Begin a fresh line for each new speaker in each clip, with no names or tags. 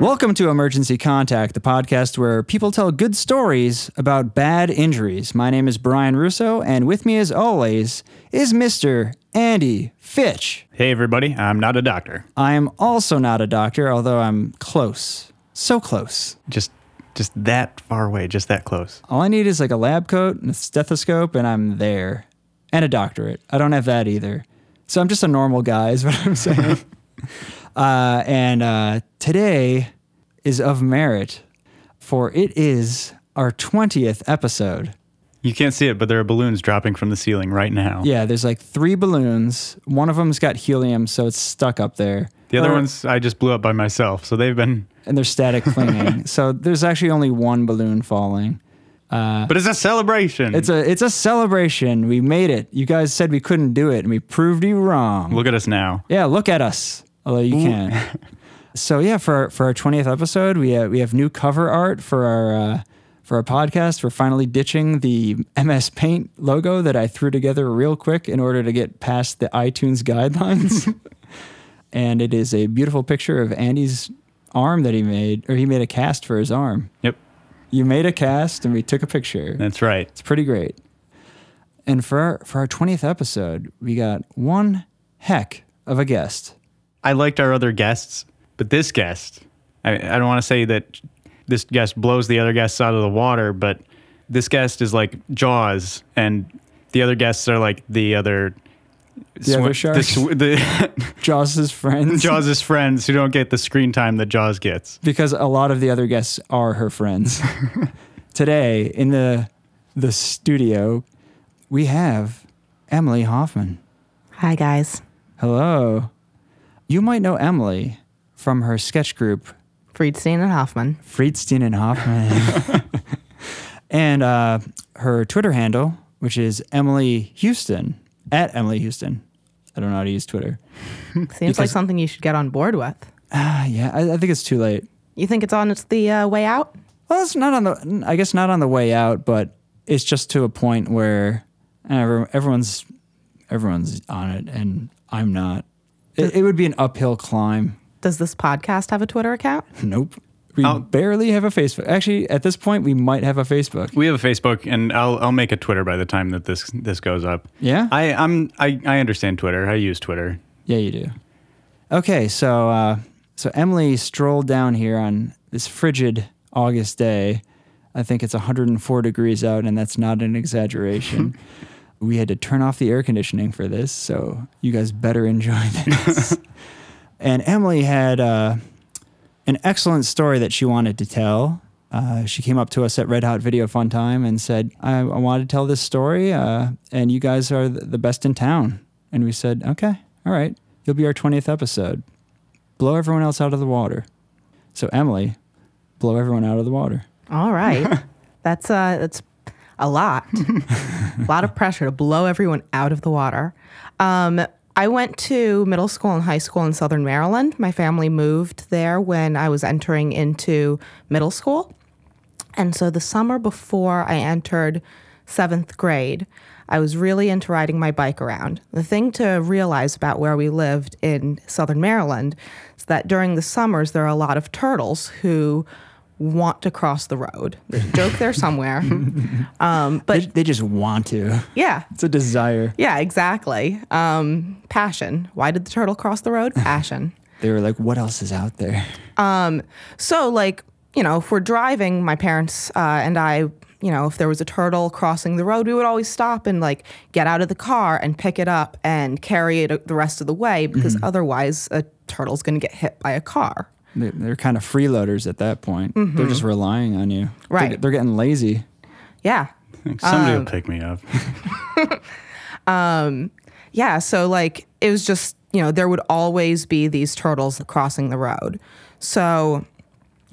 Welcome to Emergency Contact, the podcast where people tell good stories about bad injuries. My name is Brian Russo, and with me, as always, is Mr. Andy Fitch.
Hey, everybody, I'm not a doctor.
I am also not a doctor, although I'm close. So close.
Just just that far away, just that close.
All I need is like a lab coat and a stethoscope, and I'm there. And a doctorate. I don't have that either. So I'm just a normal guy, is what I'm saying. uh, and uh, today is of merit, for it is our 20th episode.
You can't see it, but there are balloons dropping from the ceiling right now.
Yeah, there's like three balloons. One of them's got helium, so it's stuck up there.
The other
Or-
ones I just blew up by myself, so they've been.
and they're static clinging. so there's actually only one balloon falling.
But it's a celebration.
Uh, It's a it's a celebration. We made it. You guys said we couldn't do it, and we proved you wrong.
Look at us now.
Yeah, look at us. Although you can. so yeah, for for our twentieth episode, we have, we have new cover art for our uh, for our podcast. We're finally ditching the MS Paint logo that I threw together real quick in order to get past the iTunes guidelines. and it is a beautiful picture of Andy's arm that he made, or he made a cast for his arm.
Yep,
You made a cast, and we took a picture.
that's right.
It's pretty great. And for our, for our 20th episode, we got one heck of a guest.
I liked our other guests, but this guest, I, I don't want to say that this guest blows the other guests out of the water, but this guest is like Jaws, and the other guests are like the other.
The other sharks?
The, sw- the,
Jaws' friends.
Jaws' friends who don't get the screen time that Jaws gets.
Because a lot of the other guests are her friends. Today in the the studio, we have Emily Hoffman.
Hi, guys.
Hello. You might know Emily from her sketch group
Friedstein and Hoffman.
Friedstein and Hoffman. and uh, her Twitter handle, which is Emily Houston, at Emily Houston. I don't know how to use Twitter.
Seems like something you should get on board with.
Ah, yeah, I, I think it's too late.
You think it's on its the uh, way out?
Well, it's not on the, I guess not on the way out, but it's just to a point where every- everyone's, everyone's on it and I'm not. It, it would be an uphill climb.
Does this podcast have a Twitter account?
Nope. We
I'll-
barely have a Facebook. Actually, at this point, we might have a Facebook.
We have a Facebook, and I'll I'll make a Twitter by the time that this this goes up.
Yeah?
I I'm I, I understand Twitter. I use Twitter.
Yeah, you do. Okay, so uh, so Emily strolled down here on this frigid August day. I think it's 104 degrees out, and that's not an exaggeration. we had to turn off the air conditioning for this, so you guys better enjoy this. and Emily had uh, an excellent story that she wanted to tell. Uh, she came up to us at Red Hot Video Fun Time and said, I, I want to tell this story, uh, and you guys are th- the best in town. And we said, Okay, all right, you'll be our 20th episode. Blow everyone else out of the water. So, Emily, blow everyone out of the water.
All right. that's uh, that's a lot. a lot of pressure to blow everyone out of the water. Um, I went to middle school and high school in Southern Maryland. My family moved there when I was entering into middle school. And so the summer before I entered seventh grade, I was really into riding my bike around. The thing to realize about where we lived in southern Maryland is that during the summers, there are a lot of turtles who want to cross the road. There's a joke there somewhere. Um,
They,
but
they just want to.
yeah,
It's a desire.
yeah, exactly. Um, passion. Why did the turtle cross the road? Passion.
They were like, What else is out there?
So, like, you know, if we're driving, my parents uh, and I, you know, if there was a turtle crossing the road, we would always stop and like get out of the car and pick it up and carry it the rest of the way because otherwise a turtle's going to get hit by a car.
They- They're kind of freeloaders at that point. They're just relying on you. They're-
Right.
they're getting lazy.
Yeah.
Like, Somebody
Uh,
will pick me up.
Yeah. So, like, it was just, you know, there would always be these turtles crossing the road. So,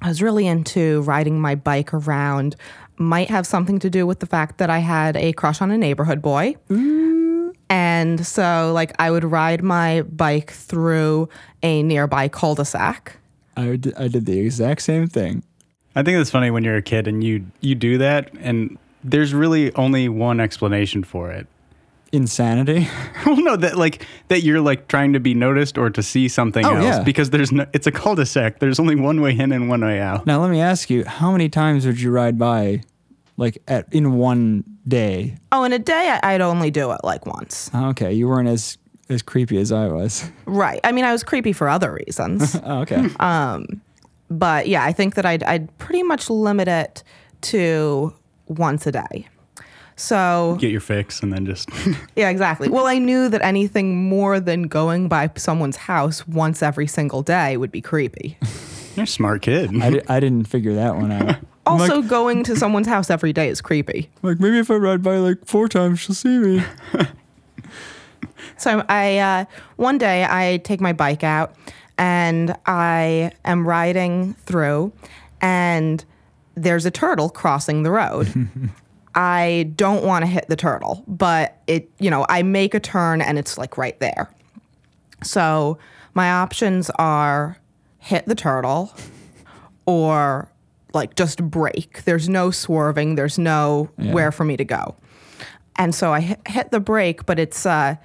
I was really into riding my bike around. Might have something to do with the fact that I had a crush on a neighborhood boy. And so, like, I would ride my bike through a nearby cul de sac.
I d- I did the exact same thing.
I think it's funny when you're a kid and you you do that, and there's really only one explanation for it,
insanity.
well, no, that like that you're like trying to be noticed or to see something
Oh,
else
yeah.
because there's no. It's a cul-de-sac. There's only one way in and one way out.
Now let me ask you, how many times would you ride by, like at in one day? Ah,
Oh, in a day, I- I'd only do it like once.
Okay, you weren't as as creepy as I was.
Right. I mean, I was creepy for other reasons.
Oh, okay.
but yeah, I think that I'd, I'd pretty much limit it to once a day. So,
Get your fix and then just
yeah, exactly. Well, I knew that anything more than going by someone's house once every single day would be creepy.
you're a smart kid.
I, di- I didn't figure that one out. I'm
Also,
like,
going to someone's house every day is creepy.
like maybe if I ride by like four times, she'll see me.
So I uh, one day I take my bike out and I am riding through and there's a turtle crossing the road. I don't want to hit the turtle, but it you know, I make a turn and it's like right there. So my options are hit the turtle or like just brake. There's no swerving, there's no where for me to go and so I hit, hit the brake, but it's uh,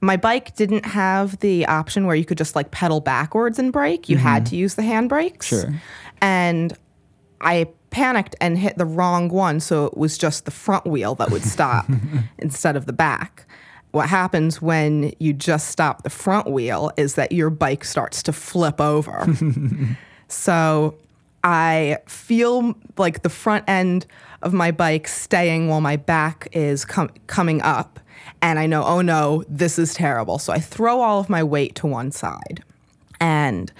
my bike didn't have the option where you could just like pedal backwards and brake. You had to use the handbrakes.
Sure.
And I panicked and hit the wrong one, so it was just the front wheel that would stop instead of the back. What happens when you just stop the front wheel is that your bike starts to flip over. So I feel like the front end of my bike staying while my back is com- coming up. And I know, oh no, this is terrible. So I throw all of my weight to one side and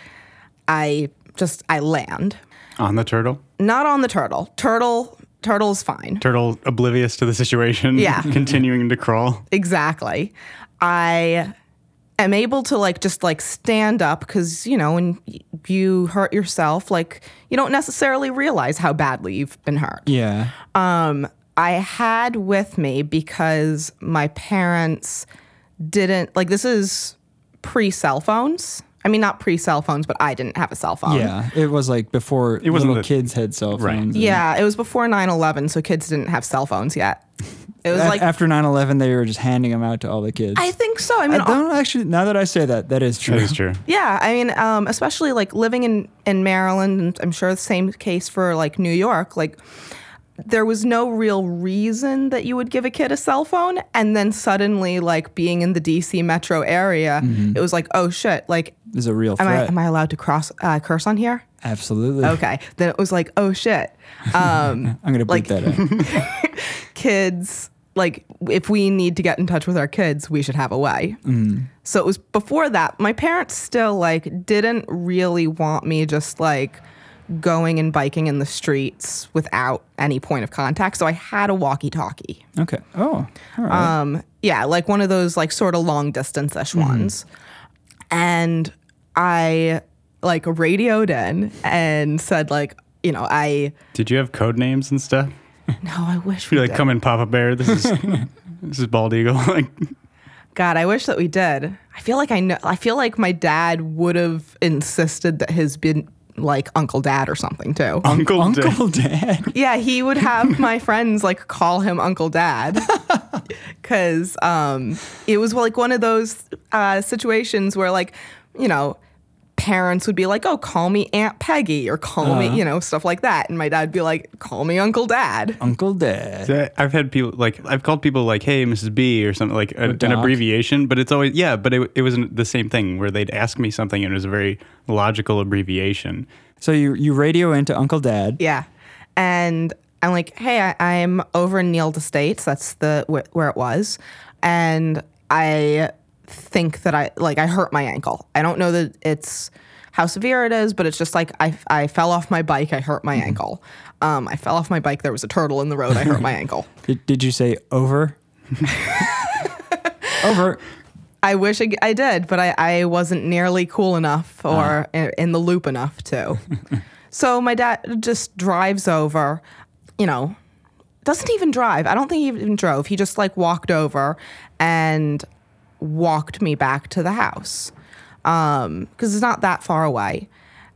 I just, I land.
On the turtle.
Not on the turtle. Turtle, turtle's fine.
Turtle oblivious to the situation.
Yeah.
continuing to crawl.
Exactly. I am able to like just like stand up because you know when y- you hurt yourself like you don't necessarily realize how badly you've been hurt
Yeah.
um, I had with me because my parents didn't like this is pre cell phones. I mean, not pre cell phones, but I didn't have a cell phone.
Yeah. It was like before it
wasn't
little
the-
kids had cell phones.
Right.
and-
Yeah, it was before 9 11, so kids didn't have cell phones yet. It was
A-
like,
after 9-11, they were just handing them out to all the kids.
I think so. I mean,
I don't actually. Now that I say that, that is true.
That is true.
Yeah, I mean, um, especially like living in in Maryland, and I'm sure the same case for like New York. Like, there was no real reason that you would give a kid a cell phone, and then suddenly, like being in the D.C. metro area, it was like, oh shit, like.
Is a real
Am I,
threat.
am I allowed to cross uh, curse on here?
Absolutely.
Okay. Then it was like, oh shit. Um,
I'm gonna bleep
Like-
that out.
kids, like, if we need to get in touch with our kids, we should have a way.
Mm.
So it was before that. My parents still like didn't really want me just like going and biking in the streets without any point of contact. So I had a walkie-talkie.
Okay. Oh. All right.
Um, yeah, like one of those like sort of long distance-ish
Mm-hmm.
ones. And I like radioed in and said like, you know, I
Did you have code names and stuff?
no, I wish we
You're like,
did.
come in, Papa Bear. This is this is Bald Eagle. like,
God, I wish that we did. I feel like I know. I feel like my dad would have insisted that his been like Uncle Dad or something too.
Uncle, Dick.
Uncle Dad.
yeah, he would have my friends like call him Uncle Dad because um, it was like one of those uh, situations where like you know parents would be like, "Oh, call me Aunt Peggy" or "Call me," you know, stuff like that, and my dad'd be like, "Call me Uncle Dad."
Uncle Dad.
Yeah, I've had people like I've called people like, "Hey, Mrs. B," or something like a, an
Doc.
abbreviation, but it's always yeah. But it, it wasn't the same thing where they'd ask me something and it was a very logical abbreviation.
So you you radio into Uncle Dad.
Yeah, and I'm like, "Hey, I, I'm over in Neil Estates. That's the wh- where it was," and I think that I like I hurt my ankle. I don't know that it's how severe it is, but it's just like I, I fell off my bike. I hurt my ankle. Um, I fell off my bike. There was a turtle in the road. I hurt my ankle.
Did, did you say over? over.
I wish I, I did, but I, I wasn't nearly cool enough or in, in the loop enough to. so my dad just drives over, you know, doesn't even drive. I don't think he even drove. He just like walked over and walked me back to the house because it's not that far away.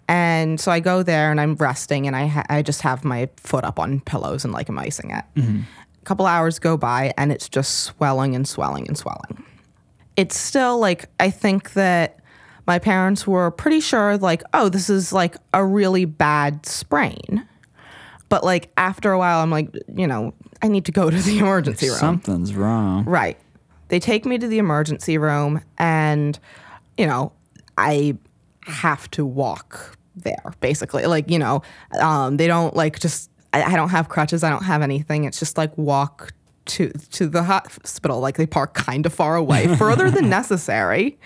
And so I go there and I'm resting and I, ha- I just have my foot up on pillows and like I'm icing it. A couple hours go by and it's just swelling and swelling and swelling. It's still like, I think that my parents were pretty sure, like, oh, this is like a really bad sprain. But like after a while, I'm like, you know, I need to go to the emergency room.
Something's wrong.
Right. They take me to the emergency room and, you know, I have to walk there basically. Like, you know, um, they don't like just, I, I don't have crutches. I don't have anything. It's just like walk to, to the hospital. Like they park kind of far away, further than necessary.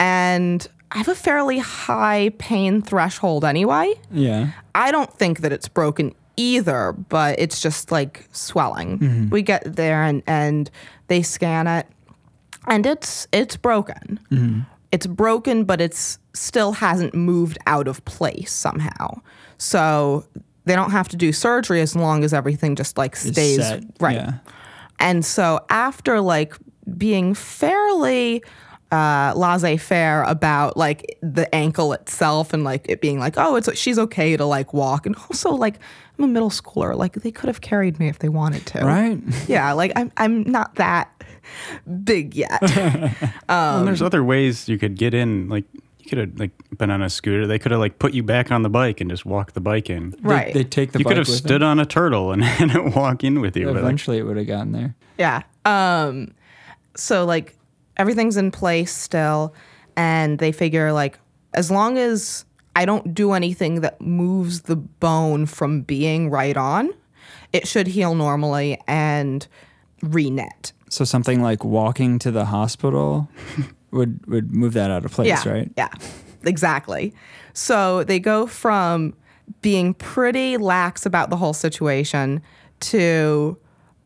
And I have a fairly high pain threshold anyway.
Yeah.
I don't think that it's broken either, but it's just like swelling.
Mm-hmm.
We get there and and they scan it, and it's it's broken.
Mm-hmm.
It's broken, but it's still hasn't moved out of place somehow. So they don't have to do surgery as long as everything just like stays
set,
right.
yeah.
And so after like being fairly uh, laissez-faire about like the ankle itself and like it being like oh it's she's okay to like walk and also like I'm a middle schooler like they could have carried me if they wanted to
Right?
yeah like I'm I'm not that big yet Um,
and there's other ways you could get in. Like you could have like been on a scooter. They could have like put you back on the bike and just walk the bike in.
right
They take the
you
bike
could have
with
stood on a turtle and had it walk in with you.
them.
But like,
Eventually, it would have gotten there.
Yeah. Um so like everything's in place still and they figure like as long as I don't do anything that moves the bone from being right on, it should heal normally and renet.
So something like walking to the hospital would would move that out of place,
yeah,
right?
Yeah. Exactly. So they go from being pretty lax about the whole situation to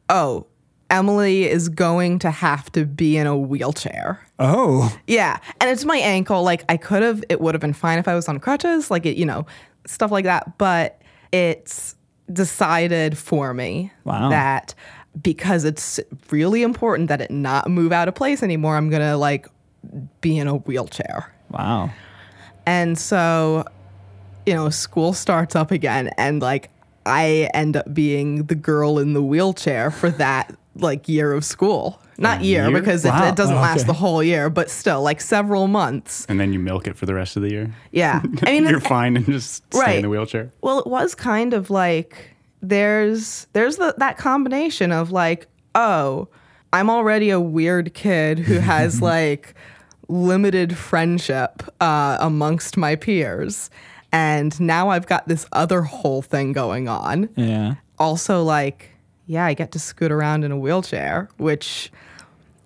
oh, Emily is going to have to be in a wheelchair.
Oh,
Yeah, and it's my ankle. Like I could have, it would have been fine if I was on crutches, like it, you know, stuff like that. But it's decided for me
Wow.
that because it's really important that it not move out of place anymore, I'm gonna like be in a wheelchair.
wow.
And so, you know, school starts up again, and like I end up being the girl in the wheelchair for that like year of school. Not year,
year?
because
Wow.
it, it doesn't
Oh,
last
okay.
the whole year, but still like several months.
and then you milk it for the rest of the year.
Yeah. I mean,
You're fine and just stay
Right.
in the wheelchair.
well, it was kind of like there's there's the, that combination of like, oh, I'm already a weird kid who has like limited friendship uh, amongst my peers, and now I've got this other whole thing going on.
Yeah.
Also, like, yeah, I get to scoot around in a wheelchair, which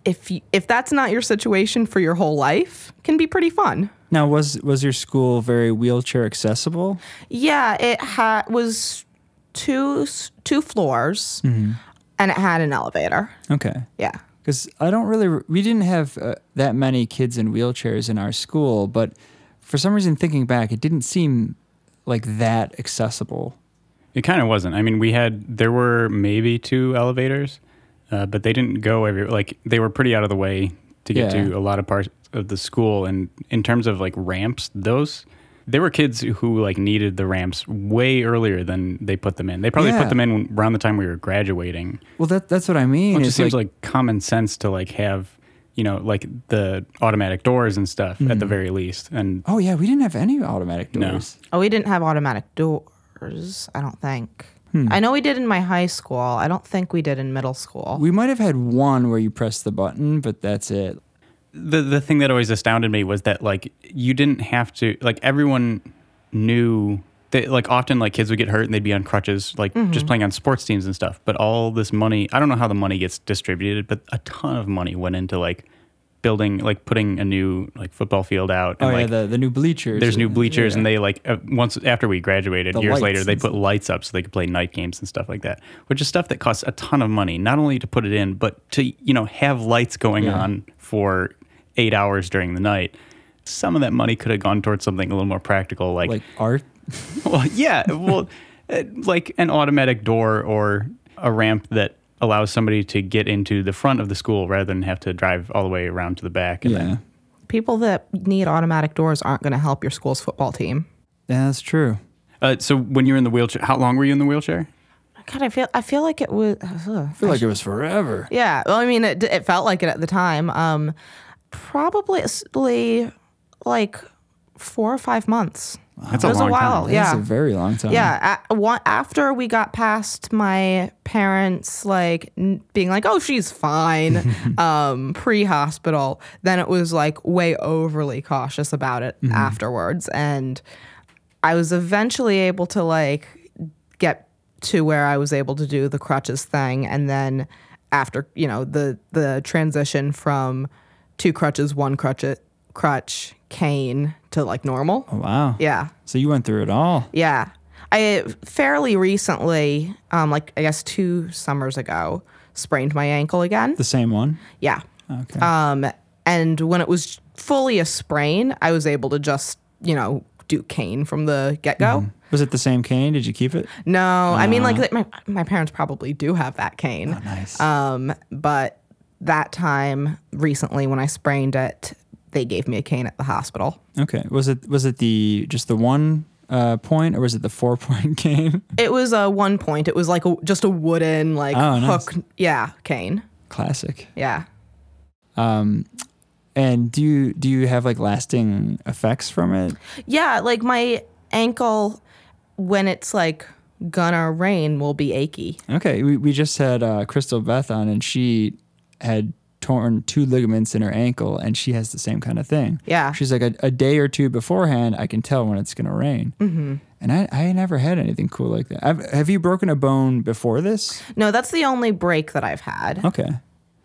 if you, if that's not your situation for your whole life, can be pretty fun.
Now was was your school very wheelchair accessible?
Yeah, it ha- was two s- two floors,
Mm.
and it had an elevator.
Okay.
Yeah,
Because I don't really, we didn't have uh, that many kids in wheelchairs in our school, but for some reason, thinking back, it didn't seem like that accessible.
It kind of wasn't. I mean, we had there were maybe two elevators, uh, but they didn't go every like they were pretty out of the way to get
Yeah.
to a lot of parts of the school. And in terms of like ramps, those there were kids who like needed the ramps way earlier than they put them in. They probably
Yeah.
put them in around the time we were graduating.
Well, that that's what I mean.
It
It's
just seems like, common sense to like have you know like the automatic doors and stuff at
Mm-hmm.
the very least. And
oh yeah, we didn't have any automatic
No.
doors.
oh, we didn't have automatic doors. I don't think.
Hmm.
I know we did in my high school. I don't think we did in middle school.
We might have had one where you press the button, but that's it.
the the thing that always astounded me was that like you didn't have to like everyone knew that like often like kids would get hurt and they'd be on crutches like
Mm-hmm.
just playing on sports teams and stuff but all this money i don't know how the money gets distributed but a ton of money went into like building like putting a new like football field out
Oh
and like
yeah, the, the new bleachers.
there's new bleachers
Yeah.
and they like uh, once after we graduated
The
years
lights
later they
and
put lights up so they could play night games and stuff like that which is stuff that costs a ton of money not only to put it in but to you know have lights going
Yeah.
on for eight hours during the night some of that money could have gone towards something a little more practical like,
like art.
well, yeah well uh, like an automatic door or a ramp that allows somebody to get into the front of the school rather than have to drive all the way around to the back and
Yeah,
then
People that need automatic doors aren't going to help your school's football team.
yeah, that's true.
uh, so when you were in the wheelchair how long were you in the wheelchair
Oh, God, I feel I feel like it was. ugh.
feel like it was forever.
Yeah. Well, I mean, it, it felt like it at the time. Um, probably like four or five months.
That's a
it was
long
a while.
time.
That's
Yeah.
a very long time.
yeah. A one, after we got past my parents, like n- being like, "Oh, she's fine," um, pre-hospital. Then it was like way overly cautious about it afterwards, and I was eventually able to like get to where I was able to do the crutches thing, and then after you know the the transition from two crutches, one crutch, crutch cane to like normal.
Oh, wow.
Yeah,
So you went through it all.
yeah. I fairly recently, um, like I guess two summers ago, sprained my ankle again.
The same one.
Yeah.
Okay.
Um, and when it was fully a sprain, I was able to just, you know, do cane from the get go.
was it the same cane? Did you keep it?
No, I mean,
Uh-huh.
like, my, my parents probably do have that cane.
Nice.
Um, but that time recently when I sprained it, they gave me a cane at the hospital.
okay. Was it was it the just the one uh, point or was it the four point cane?
It was a one point. It was like a, just a wooden like
Oh, nice.
hook, yeah, cane.
Classic.
Yeah.
And do you do you have like lasting effects from it?
Yeah, like my ankle when it's like gonna rain will be achy.
Okay, we, we just had uh, Crystal Beth on, and she had torn two ligaments in her ankle, and she has the same kind of thing.
Yeah.
she's like a, a day or two beforehand, I can tell when it's gonna rain. Mm-hmm. And I, I never had anything cool like that. I've, have you broken a bone before this?
No, that's the only break that I've had.
Okay,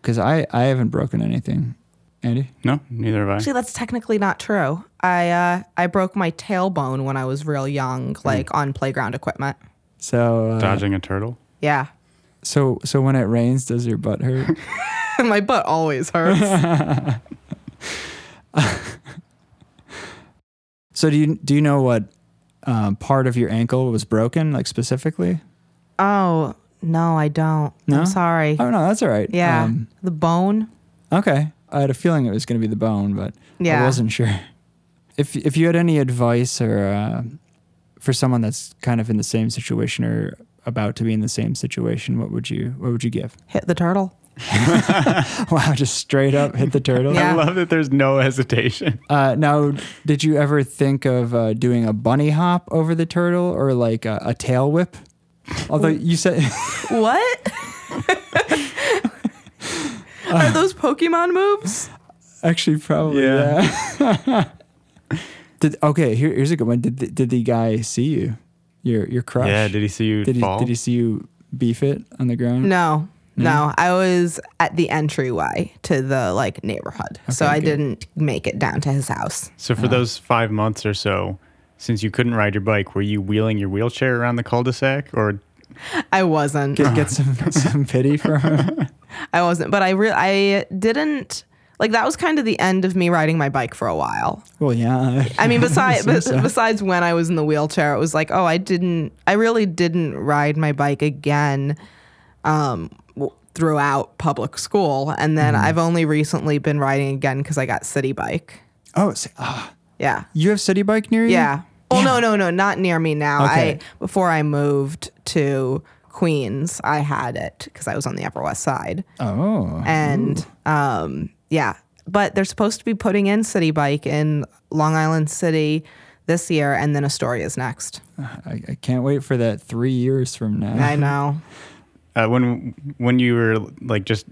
because I I haven't broken anything. Andy,
No, neither have I.
Actually, that's technically not true. I uh, I broke my tailbone when I was real young,
Hmm.
like on playground equipment.
so uh,
Dodging a turtle.
Yeah,
so so when it rains, does your butt hurt?
my butt always hurts.
so do you do you know what um, part of your ankle was broken, like specifically?
oh no, I don't.
No?
I'm sorry.
Oh no, that's all right.
yeah,
Um,
the bone.
Okay. I had a feeling it was going to be the bone, but I
Yeah.
wasn't sure. If if you had any advice or uh, for someone that's kind of in the same situation or about to be in the same situation, what would you what would you give?
Hit the turtle.
Wow, just straight up hit the turtle.
Yeah.
I love that there's no hesitation.
Uh, now, did you ever think of uh, doing a bunny hop over the turtle or like a, a tail whip? Although you said
What?
Uh.
Are those Pokemon moves?
actually probably
Yeah.
yeah. did okay? Here, here's a good one. Did the, did the guy see you? Your your crush?
Yeah, did he see you
Did he,
fall?
did he see you beef it on the ground?
No,
Mm-hmm.
no. I was at the entryway to the like neighborhood, so
Okay,
I
good.
didn't make it down to his house.
so for those five months or so, since you couldn't ride your bike, were you wheeling your wheelchair around the cul-de-sac, or
I wasn't.
Get, get some, some pity for him.
I wasn't. But I re- I didn't like that was kind of the end of me riding my bike for a while.
Well, yeah.
I mean, besides
Seems so.
besides when I was in the wheelchair, it was like, oh, I didn't. I really didn't ride my bike again. Um. w- Throughout public school, and then
Mm-hmm.
I've only recently been riding again because I got city bike.
Oh, so, ah,
Yeah,
you have city bike near you?
Yeah. Well, Oh, no, no, no, not near me now.
Okay.
I before I moved to Queens, I had it because I was on the Upper West Side,
Oh.
and um, yeah. But they're supposed to be putting in City Bike in Long Island City this year, and then Astoria's next.
I, I can't wait for that three years from now.
I know.
uh, when when you were like just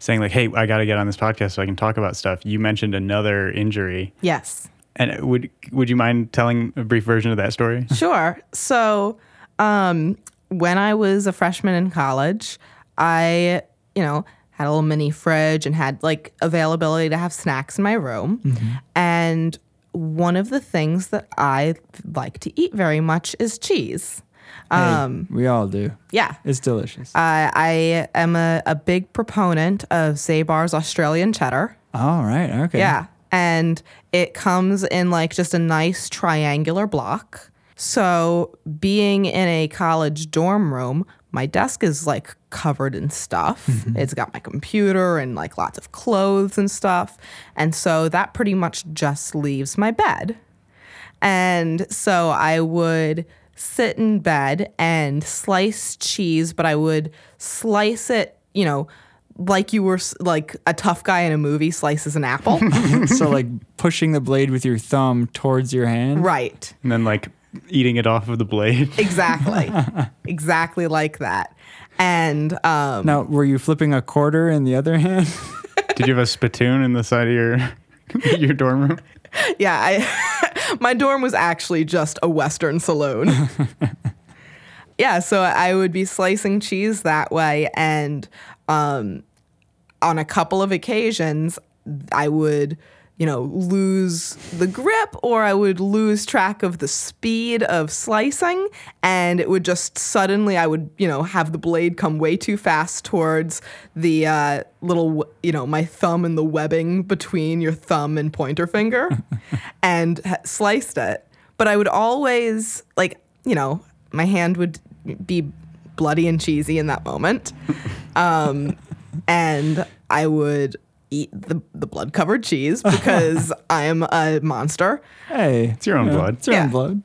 saying like, "Hey, I got to get on this podcast so I can talk about stuff," you mentioned another injury.
Yes.
And would would you mind telling a brief version of that story?
Sure. So, um, when I was a freshman in college, I, you know, had a little mini fridge and had like availability to have snacks in my room. And one of the things that I like to eat very much is cheese.
Um, we all do.
Yeah.
It's delicious.
Uh, I am a, a big proponent of Zabar's Australian cheddar.
all right. Okay.
Yeah. And it comes in like just a nice triangular block. So, being in a college dorm room, my desk is like covered in stuff. It's got my computer and like lots of clothes and stuff. And so that pretty much just leaves my bed. And so I would sit in bed and slice cheese, but I would slice it, you know, like you were s- like a tough guy in a movie slices an apple.
so like pushing the blade with your thumb towards your hand.
right.
and then like eating it off of the blade.
Exactly. exactly like that. And um,
Now, were you flipping a quarter in the other hand?
Did you have a spittoon in the side of your your dorm room?
yeah, I, my dorm was actually just a Western saloon. yeah, so I would be slicing cheese that way. And um, on a couple of occasions, I would, you know, lose the grip or I would lose track of the speed of slicing. And it would just suddenly, I would, you know, have the blade come way too fast towards the uh, little, you know, my thumb and the webbing between your thumb and pointer finger and ha- sliced it. But I would always, like, you know, my hand would be bloody and cheesy in that moment. Um, and I would eat the, the blood covered cheese because I am a monster.
Hey,
It's your own
you know,
blood.
It's your
Yeah.
own blood.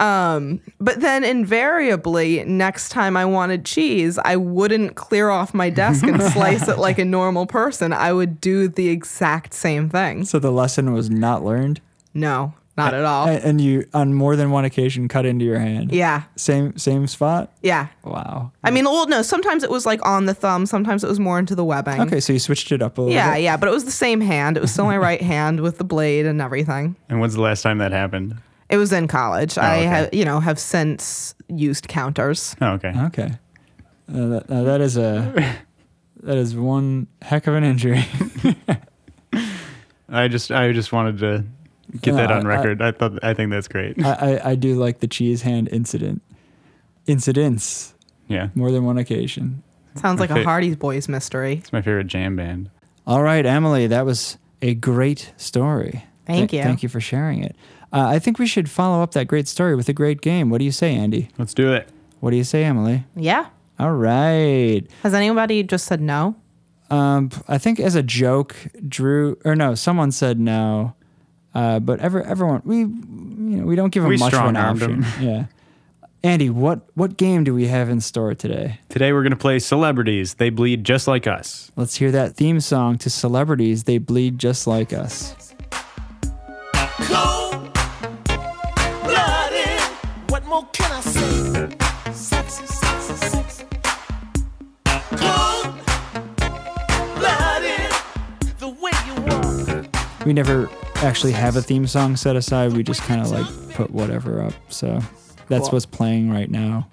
Um, but then invariably, next time I wanted cheese, I wouldn't clear off my desk and slice it like a normal person. I would do the exact same thing.
So the lesson was not learned,
No, not at all.
A- and you on more than one occasion cut into your hand.
Oh. Yeah,
Same same spot.
yeah.
Wow.
I mean, well, no, sometimes it was like on the thumb, sometimes it was more into the webbing.
Okay, so you switched it up a little.
Yeah,
bit.
yeah, but it was the same hand. It was still my right hand with the blade and everything.
And when's the last time that happened?
It was in college.
Oh,
I
okay.
have, you know, have since used counters.
Oh, okay.
Okay. Uh, that, uh, that is a that is one heck of an injury.
I just I just wanted to get
No,
that on
I-
record. I, thought I think that's great.
I, I I do like the cheese hand incident. Incidents
Yeah.
more than one occasion.
Sounds like a
Okay.
Hardy's Boys mystery.
It's my favorite jam band.
All right, Emily, that was a great story.
Thank
Th-
you.
Thank you for sharing it. Uh, I think we should follow up that great story with a great game. What do you say, Andy?
Let's do it.
What do you say, Emily?
Yeah.
All right.
Has anybody just said no?
Um, p- I think as a joke, Drew or no, someone said no. Uh, but ever everyone we you know we don't give them
We
much of an
strong-armed
option.
'em.
Yeah. Andy, what what game do we have in store today?
Today we're gonna play celebrities. They bleed just like us.
Let's hear that theme song to celebrities. They bleed just like us.
cold blooded. What more can I say? Sexy, sexy, sexy. Cold blooded. The way you walk.
We never actually have a theme song set aside. We just kind of like put whatever up. So that's what's playing right now.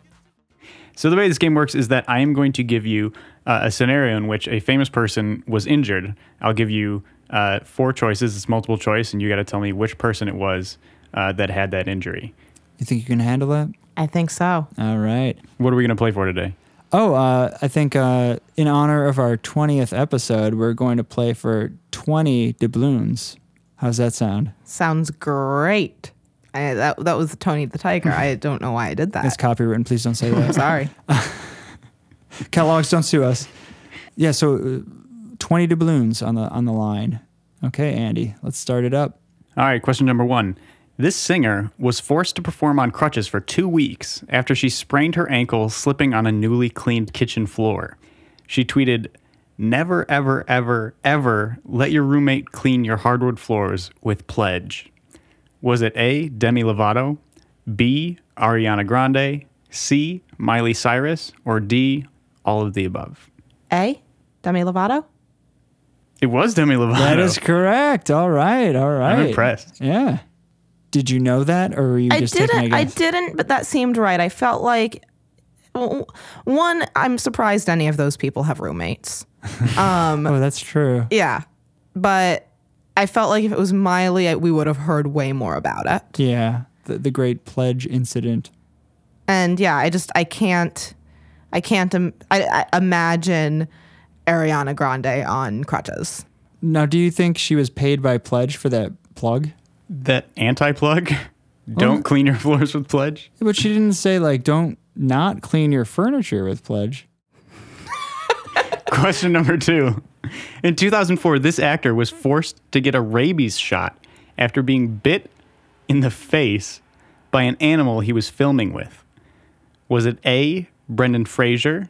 So the way this game works is that I am going to give you uh, a scenario in which a famous person was injured. I'll give you uh, four choices. It's multiple choice, and you got to tell me which person it was uh, that had that injury.
You think you can handle that?
I think so.
All right.
What are we going to play for today?
Oh, uh, I think uh, in honor of our 20th episode, we're going to play for 20 doubloons. How's that sound?
Sounds great. I, that, that was Tony the Tiger. I don't know why I did
That's
that.
copywritten. Please don't say
I'm
that.
sorry.
Kellogg's, don't sue us. Yeah, so uh, 20 doubloons on the on the line. Okay, Andy, let's start it up.
All right, question number one. This singer was forced to perform on crutches for two weeks after she sprained her ankle slipping on a newly cleaned kitchen floor. She tweeted, Never, ever, ever, ever let your roommate clean your hardwood floors with Pledge. Was it A, Demi Lovato, B, Ariana Grande, C, Miley Cyrus, or D, all of the above?
A. Demi Lovato.
It was Demi Lovato.
That is correct. All right. All right.
impressed.
Yeah. Did you know that, or were you
I
just taking a
didn't. I
guess?
didn't. But that seemed right. I felt like w- one. I'm surprised any of those people have roommates.
oh, that's true.
Yeah, but I felt like if it was Miley, I- we would have heard way more about it.
Yeah, the, the Great Pledge incident.
and yeah i just i can't i can't Im- I, I imagine ariana grande on crutches
Now, do you think she was paid by Pledge for that plug?
That anti plug?
Oh.
Don't clean your floors with Pledge?
But she didn't say like, don't not clean your furniture with Pledge.
Question number two. In 2004, this actor was forced to get a rabies shot after being bit in the face by an animal he was filming with? Was it A. Brendan Fraser,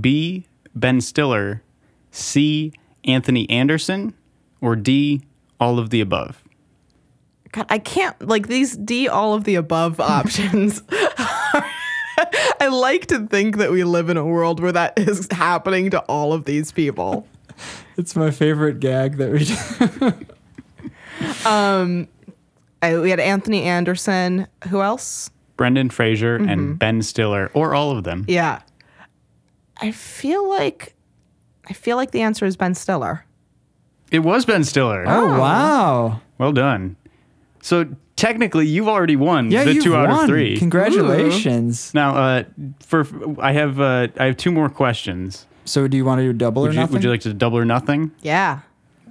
B. Ben Stiller, C. Anthony Anderson, or D. All of the above?
God, I can't like these D all of the above options. I like to think that we live in a world where that is happening to all of these people.
It's my favorite gag that we do.
Um, I, we had Anthony Anderson. Who else?
Brendan Fraser
Mm-hmm.
and Ben Stiller, or all of them?
Yeah. I feel like I feel like the answer is Ben Stiller.
It was Ben Stiller.
Oh, wow.
Well done. So technically, you've already won
Yeah,
the
you
two
won.
out of three.
Congratulations.
Now, uh, for I have uh, I have two more questions.
So do you want to do double
Would
or
you,
nothing?
would you like to double or nothing?
Yeah.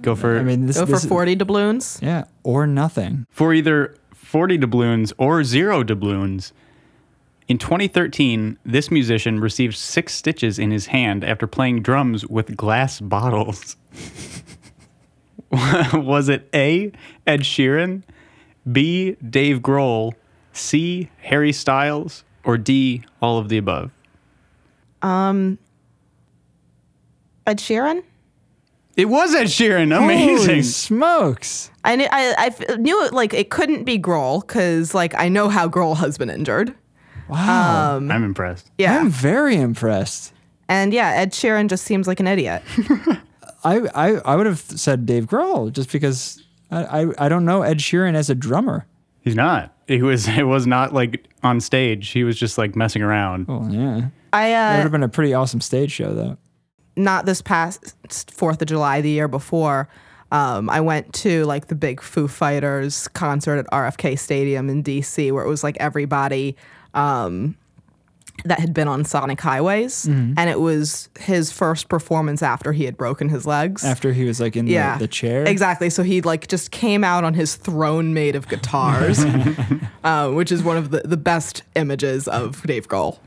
Go for
I mean, this,
Go for
this-
40 doubloons.
Yeah, or nothing.
for either forty doubloons or zero doubloons. In 2013, this musician received six stitches in his hand after playing drums with glass bottles. Was it A. Ed Sheeran, B. Dave Grohl, C. Harry Styles, or D. All of the above?
Ed Sheeran?
It was Ed Sheeran.
Holy
Amazing.
smokes.
I knew, I, I f- knew it, like it couldn't be Grohl because like I know how Grohl has been injured.
Wow.
Um,
I'm impressed.
Yeah.
I'm very impressed.
and yeah, Ed Sheeran just seems like an idiot.
I, I, I would have said Dave Grohl just because I, I, I don't know Ed Sheeran as a drummer.
He's not. He was. It was not like on stage. He was just like messing around.
Well, Oh, yeah.
I
That would
uh,
have been a pretty awesome stage show, though.
not this past Fourth of July, the year before, um, I went to like the big Foo Fighters concert at RFK Stadium in DC, where it was like everybody um, that had been on Sonic Highways, and it was his first performance after he had broken his legs.
After he was like in
yeah,
the, the chair.
Exactly. So he like just came out on his throne made of guitars, uh, which is one of the, the best images of Dave Grohl.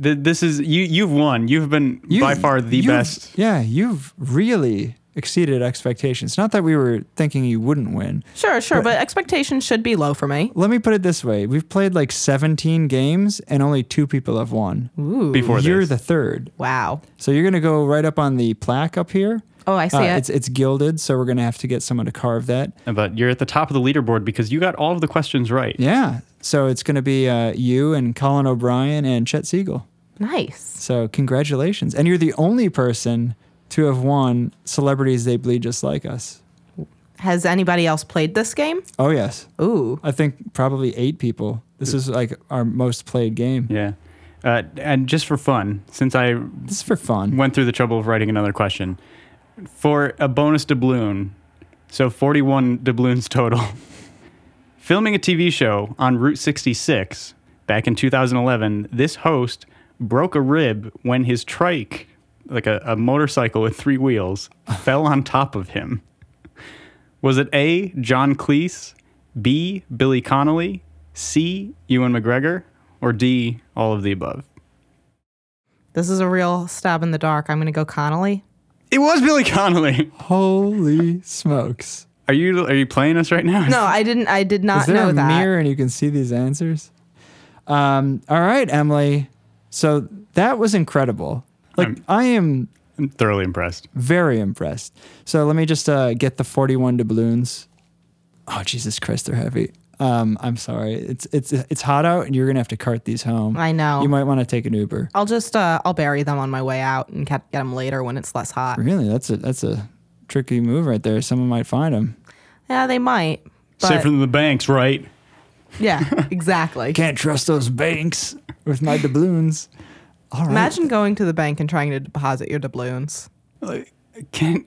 Th- this is you. You've won. You've been
You've-
by far the
you've-
best.
Yeah, you've really exceeded expectations. Not that we were thinking you wouldn't win.
Sure, sure, but expectations should be low for me.
Let me put it this way: we've played like 17 games, and only two people have won.
Before
you're
this.
the third,
Wow.
so you're gonna go right up on the plaque up here. Uh,
Oh, I see it.
It's it's gilded, so we're gonna have to get someone to carve that.
But you're at the top of the leaderboard because you got all of the questions right.
Yeah, so it's gonna be uh, you and Colin O'Brien and Chet Siegel.
Nice.
So congratulations, and you're the only person to have won celebrities they bleed just like us.
Has anybody else played this game?
Oh yes.
Ooh.
I think probably eight people. This is like our most played game.
Yeah. Uh, and just for fun, since I
This is for fun.
went through the trouble of writing another question, for a bonus doubloon, so 41 doubloons total. Filming a TV show on Route 66 back in 2011, this host broke a rib when his trike, like a, a motorcycle with three wheels, fell on top of him. Was it A, John Cleese, B, Billy Connolly, C, Ewan McGregor, or D, all of the above?
This is a real stab in the dark. I'm going to go Connolly.
It was Billy Connolly.
Holy smokes.
Are you are you playing us right now?
No, I didn't. I did not
Is there
know
a
that.
mirror and you can see these answers? Um, all right, Emily. So that was incredible. Like
I'm-
I am
I'm thoroughly impressed.
very impressed. So let me just uh, get the 41 doubloons. Oh Jesus Christ, they're heavy. Um, I'm sorry. It's it's it's hot out and you're gonna have to cart these home.
I know.
You might want to take an Uber.
I'll just uh, I'll bury them on my way out and get, get them later when it's less hot.
Really, that's a that's a tricky move right there. Someone might find them.
Yeah, they might. But
Safer than the banks, right?
yeah, exactly.
Can't trust those banks with my doubloons. All right.
Imagine going to the bank and trying to deposit your doubloons.
Like, Can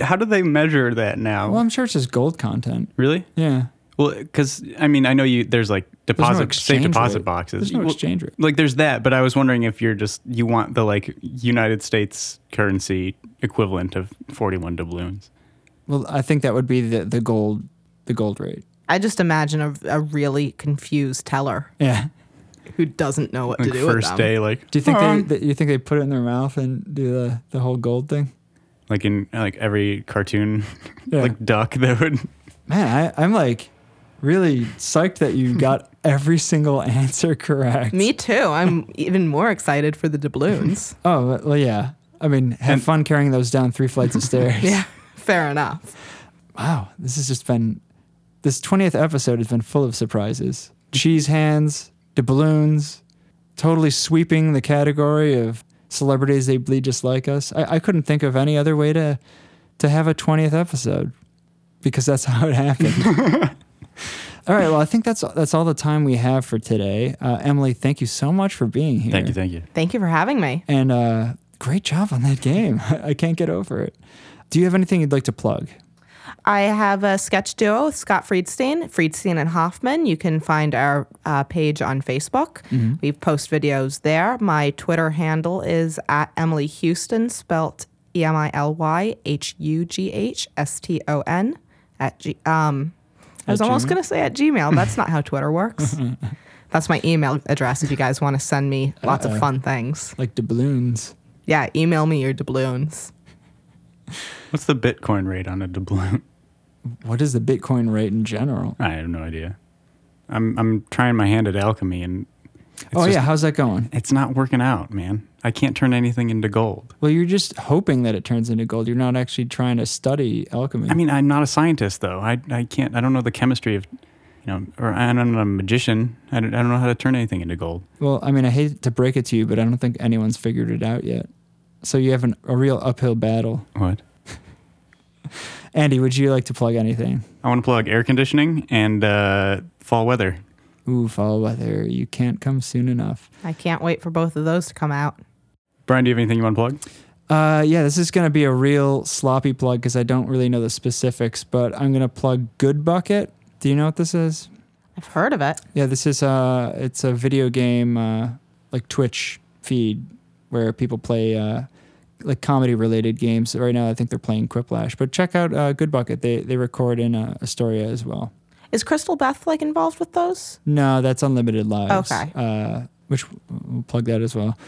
how do they measure that now?
Well, I'm sure it's just gold content.
really?
Yeah.
Well, because I mean, I know you. There's like
There's no
deposit safe
exchange
deposit
rate.
boxes.
There's no
Well,
exchange rate.
Like there's that, but I was wondering if you're just you want the like United States currency equivalent of 41 doubloons.
Well, I think that would be the, the gold the gold rate.
I just imagine a, a really confused teller
Yeah.
who doesn't know what to
Like
do with
first
them.
day, like
Do you think
um,
they, that you think they put it in their mouth and do the, the whole gold thing?
like in like every cartoon,
Yeah.
like duck that would
Man, I, I'm like really psyched that you got every single answer correct.
Me too. I'm even more excited for the doubloons.
Oh, well, yeah. I mean, have fun carrying those down three flights of stairs.
yeah, fair enough.
Wow. This has just been, this 20th episode has been full of surprises. Cheese hands, doubloons, totally sweeping the category of celebrities they bleed just like us. I, I couldn't think of any other way to, to have a 20th episode because that's how it happened. all right. Well, I think that's, that's all the time we have for today. Uh, Emily, thank you so much for being here.
Thank you, thank you.
Thank you for having me.
And uh, great job on that game. I can't get over it. Do you have anything you'd like to plug?
I have a sketch duo with Scott Friedstein, Friedstein and Hoffman. You can find our uh, page on Facebook.
Mm-hmm.
We post videos there. My Twitter handle is at Emily Houston, spelt E M I L Y H U G H S T O N. At G- um, I was
At
almost
Gmail?
going to say at Gmail. That's not how Twitter works. That's my email address if you guys want to send me lots of fun things.
Like doubloons.
Yeah, email me your doubloons.
What's the Bitcoin rate on a doubloon?
What is the Bitcoin rate in general?
I have no idea. I'm I'm trying my hand at alchemy and it's
oh,
just-
yeah. How's that going?
it's not working out, man. I can't turn anything into gold.
Well, you're just hoping that it turns into gold. You're not actually trying to study alchemy.
I mean, I'm not a scientist though. I I can't. I don't know the chemistry of, you know, or I'm not a magician. I don't, I don't know how to turn anything into gold.
well, I mean, I hate to break it to you, but I don't think anyone's figured it out yet. So you have an, a real uphill battle.
What?
Andy, would you like to plug anything?
I want to plug air conditioning and uh, fall weather.
Ooh, fall weather. You can't come soon enough.
I can't wait for both of those to come out.
Brian, do you have anything you want to plug?
Uh, yeah, this is going to be a real sloppy plug because I don't really know the specifics, but I'm going to plug Good Bucket. Do you know what this is?
I've heard of it.
Yeah, this is uh, it's a video game uh, like Twitch feed where people play uh, like comedy related games. Right now, I think they're playing Quiplash, but check out uh, Good Bucket. They they record in uh, Astoria as well.
Is Crystal Beth like involved with those?
No, that's Unlimited Lives.
Okay.
Uh, which we'll plug that as well.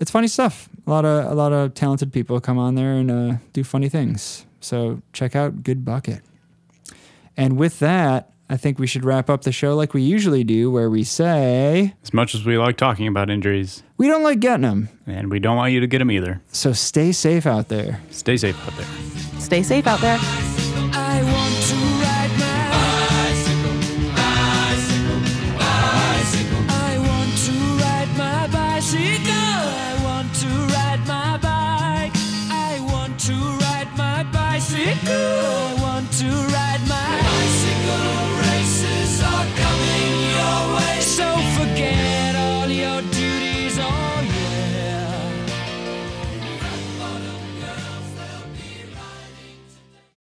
It's funny stuff. A lot of a lot of talented people come on there and uh, do funny things. So check out Good Bucket. And with that, I think we should wrap up the show like we usually do, where we say
As much as we like talking about injuries,
we don't like getting them.
and we don't want you to get them either.
So stay safe out there.
Stay safe out there.
Stay safe out there.